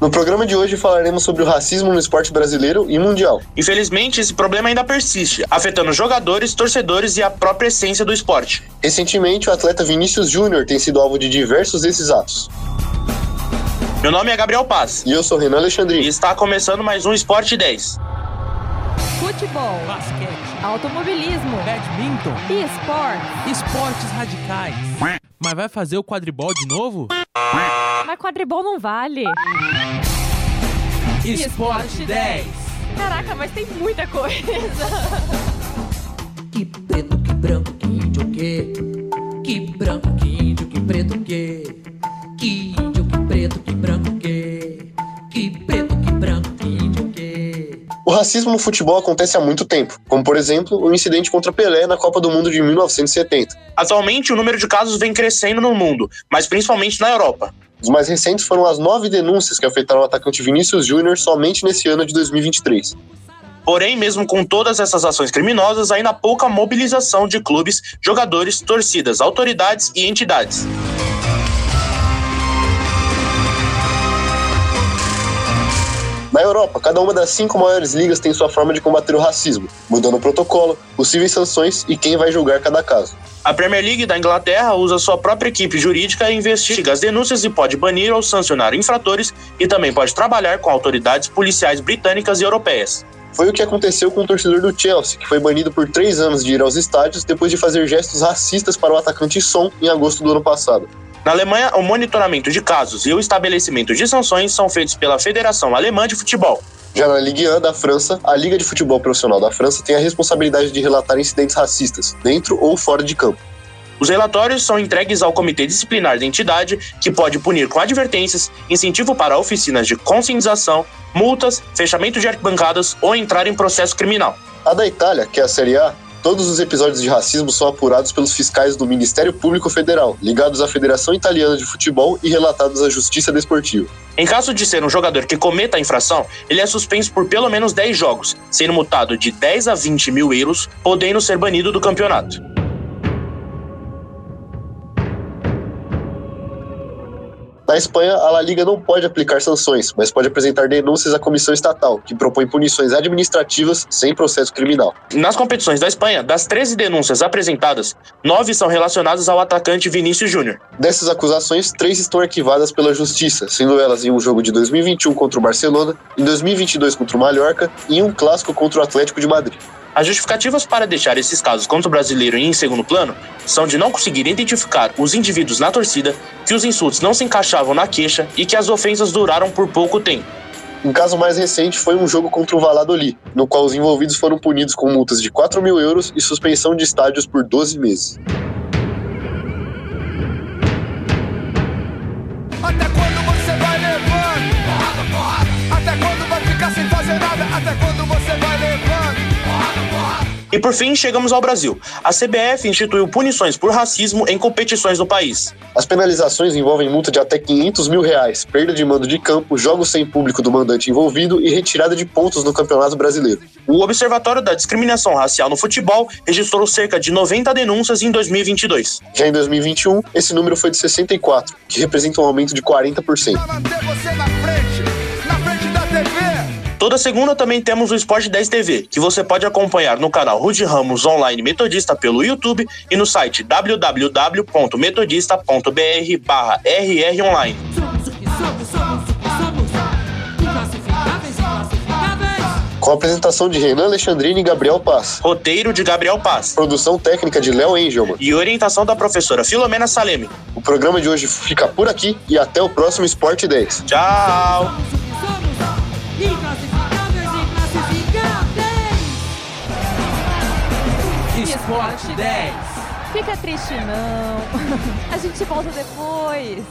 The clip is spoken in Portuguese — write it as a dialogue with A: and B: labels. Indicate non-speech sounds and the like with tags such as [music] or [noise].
A: No programa de hoje falaremos sobre o racismo no esporte brasileiro e mundial.
B: Infelizmente, esse problema ainda persiste, afetando jogadores, torcedores e a própria essência do esporte.
A: Recentemente, o atleta Vinícius Júnior tem sido alvo de diversos desses atos.
B: Meu nome é Gabriel Paz
A: E eu sou Renan Alexandrini.
B: e está começando mais um Esporte 10.
C: Futebol,
D: basquete,
C: automobilismo
D: badminton,
C: e esportes.
D: esportes radicais. Mas vai fazer o quadribol de novo?
C: Mas quadribol não vale.
D: Esporte 10.
C: Caraca, mas tem muita coisa.
E: Que preto, que branco, que índio, que Que branco, que índio, que preto, que Que índio, que preto, que branco, que Que preto, que branco, que índio, que
A: O racismo no futebol acontece há muito tempo, como por exemplo o incidente contra Pelé na Copa do Mundo de 1970.
B: Atualmente, o número de casos vem crescendo no mundo, mas principalmente na Europa.
A: Os mais recentes foram as nove denúncias que afetaram o atacante Vinícius Júnior somente nesse ano de 2023.
B: Porém, mesmo com todas essas ações criminosas, ainda há pouca mobilização de clubes, jogadores, torcidas, autoridades e entidades.
A: Na Europa, cada uma das cinco maiores ligas tem sua forma de combater o racismo, mudando o protocolo, possíveis sanções e quem vai julgar cada caso.
B: A Premier League da Inglaterra usa sua própria equipe jurídica e investiga as denúncias e pode banir ou sancionar infratores e também pode trabalhar com autoridades policiais britânicas e europeias.
A: Foi o que aconteceu com o torcedor do Chelsea, que foi banido por três anos de ir aos estádios depois de fazer gestos racistas para o atacante Son em agosto do ano passado.
B: Na Alemanha, o monitoramento de casos e o estabelecimento de sanções são feitos pela Federação Alemã de Futebol.
A: Já na Ligue 1 da França, a Liga de Futebol Profissional da França tem a responsabilidade de relatar incidentes racistas, dentro ou fora de campo.
B: Os relatórios são entregues ao comitê disciplinar da entidade, que pode punir com advertências, incentivo para oficinas de conscientização, multas, fechamento de arquibancadas ou entrar em processo criminal.
A: A da Itália, que é a Série A, todos os episódios de racismo são apurados pelos fiscais do Ministério Público Federal, ligados à Federação Italiana de Futebol e relatados à Justiça Desportiva.
B: Em caso de ser um jogador que cometa a infração, ele é suspenso por pelo menos 10 jogos, sendo multado de 10 a 20 mil euros, podendo ser banido do campeonato.
A: Na Espanha, a La Liga não pode aplicar sanções, mas pode apresentar denúncias à comissão estatal, que propõe punições administrativas sem processo criminal.
B: Nas competições da Espanha, das 13 denúncias apresentadas, 9 são relacionadas ao atacante Vinícius Júnior.
A: Dessas acusações, três estão arquivadas pela Justiça, sendo elas em um jogo de 2021 contra o Barcelona, em 2022 contra o Mallorca e em um clássico contra o Atlético de Madrid.
B: As justificativas para deixar esses casos contra o brasileiro em segundo plano são de não conseguir identificar os indivíduos na torcida, que os insultos não se encaixavam na queixa e que as ofensas duraram por pouco tempo.
A: Um caso mais recente foi um jogo contra o Valladolid, no qual os envolvidos foram punidos com multas de 4 mil euros e suspensão de estádios por 12 meses.
F: Até quando você vai levando? Porrada, porrada. Até quando vai ficar sem fazer nada? Até quando você vai levando? Porrada, porrada.
B: E por fim, chegamos ao Brasil. A CBF instituiu punições por racismo em competições do país.
A: As penalizações envolvem multa de até 500 mil reais, perda de mando de campo, jogos sem público do mandante envolvido e retirada de pontos no Campeonato Brasileiro.
B: O Observatório da Discriminação Racial no Futebol registrou cerca de 90 denúncias em 2022.
A: Já em 2021, esse número foi de 64, que representa um aumento de 40%.
F: Pra manter você na frente, na frente da TV.
B: Toda segunda também temos o Esporte 10 TV, que você pode acompanhar no canal Rude Ramos Online Metodista pelo YouTube e no site www.metodista.br barra rronline.
E: Somos o que somos, somos o que somos Inclassificáveis, inclassificáveis
A: Com a apresentação de Renan Alexandrini e Gabriel Paz.
B: Roteiro de Gabriel Paz
A: Produção técnica de Léo Engelman.
B: e orientação da professora Filomena Saleme.
A: O programa de hoje fica por aqui e até o próximo Esporte 10.
B: Tchau!
E: Somos o que somos Inclassificáveis, inclassificáveis
D: Esporte 10.
C: [laughs] Fica triste não. A gente volta depois.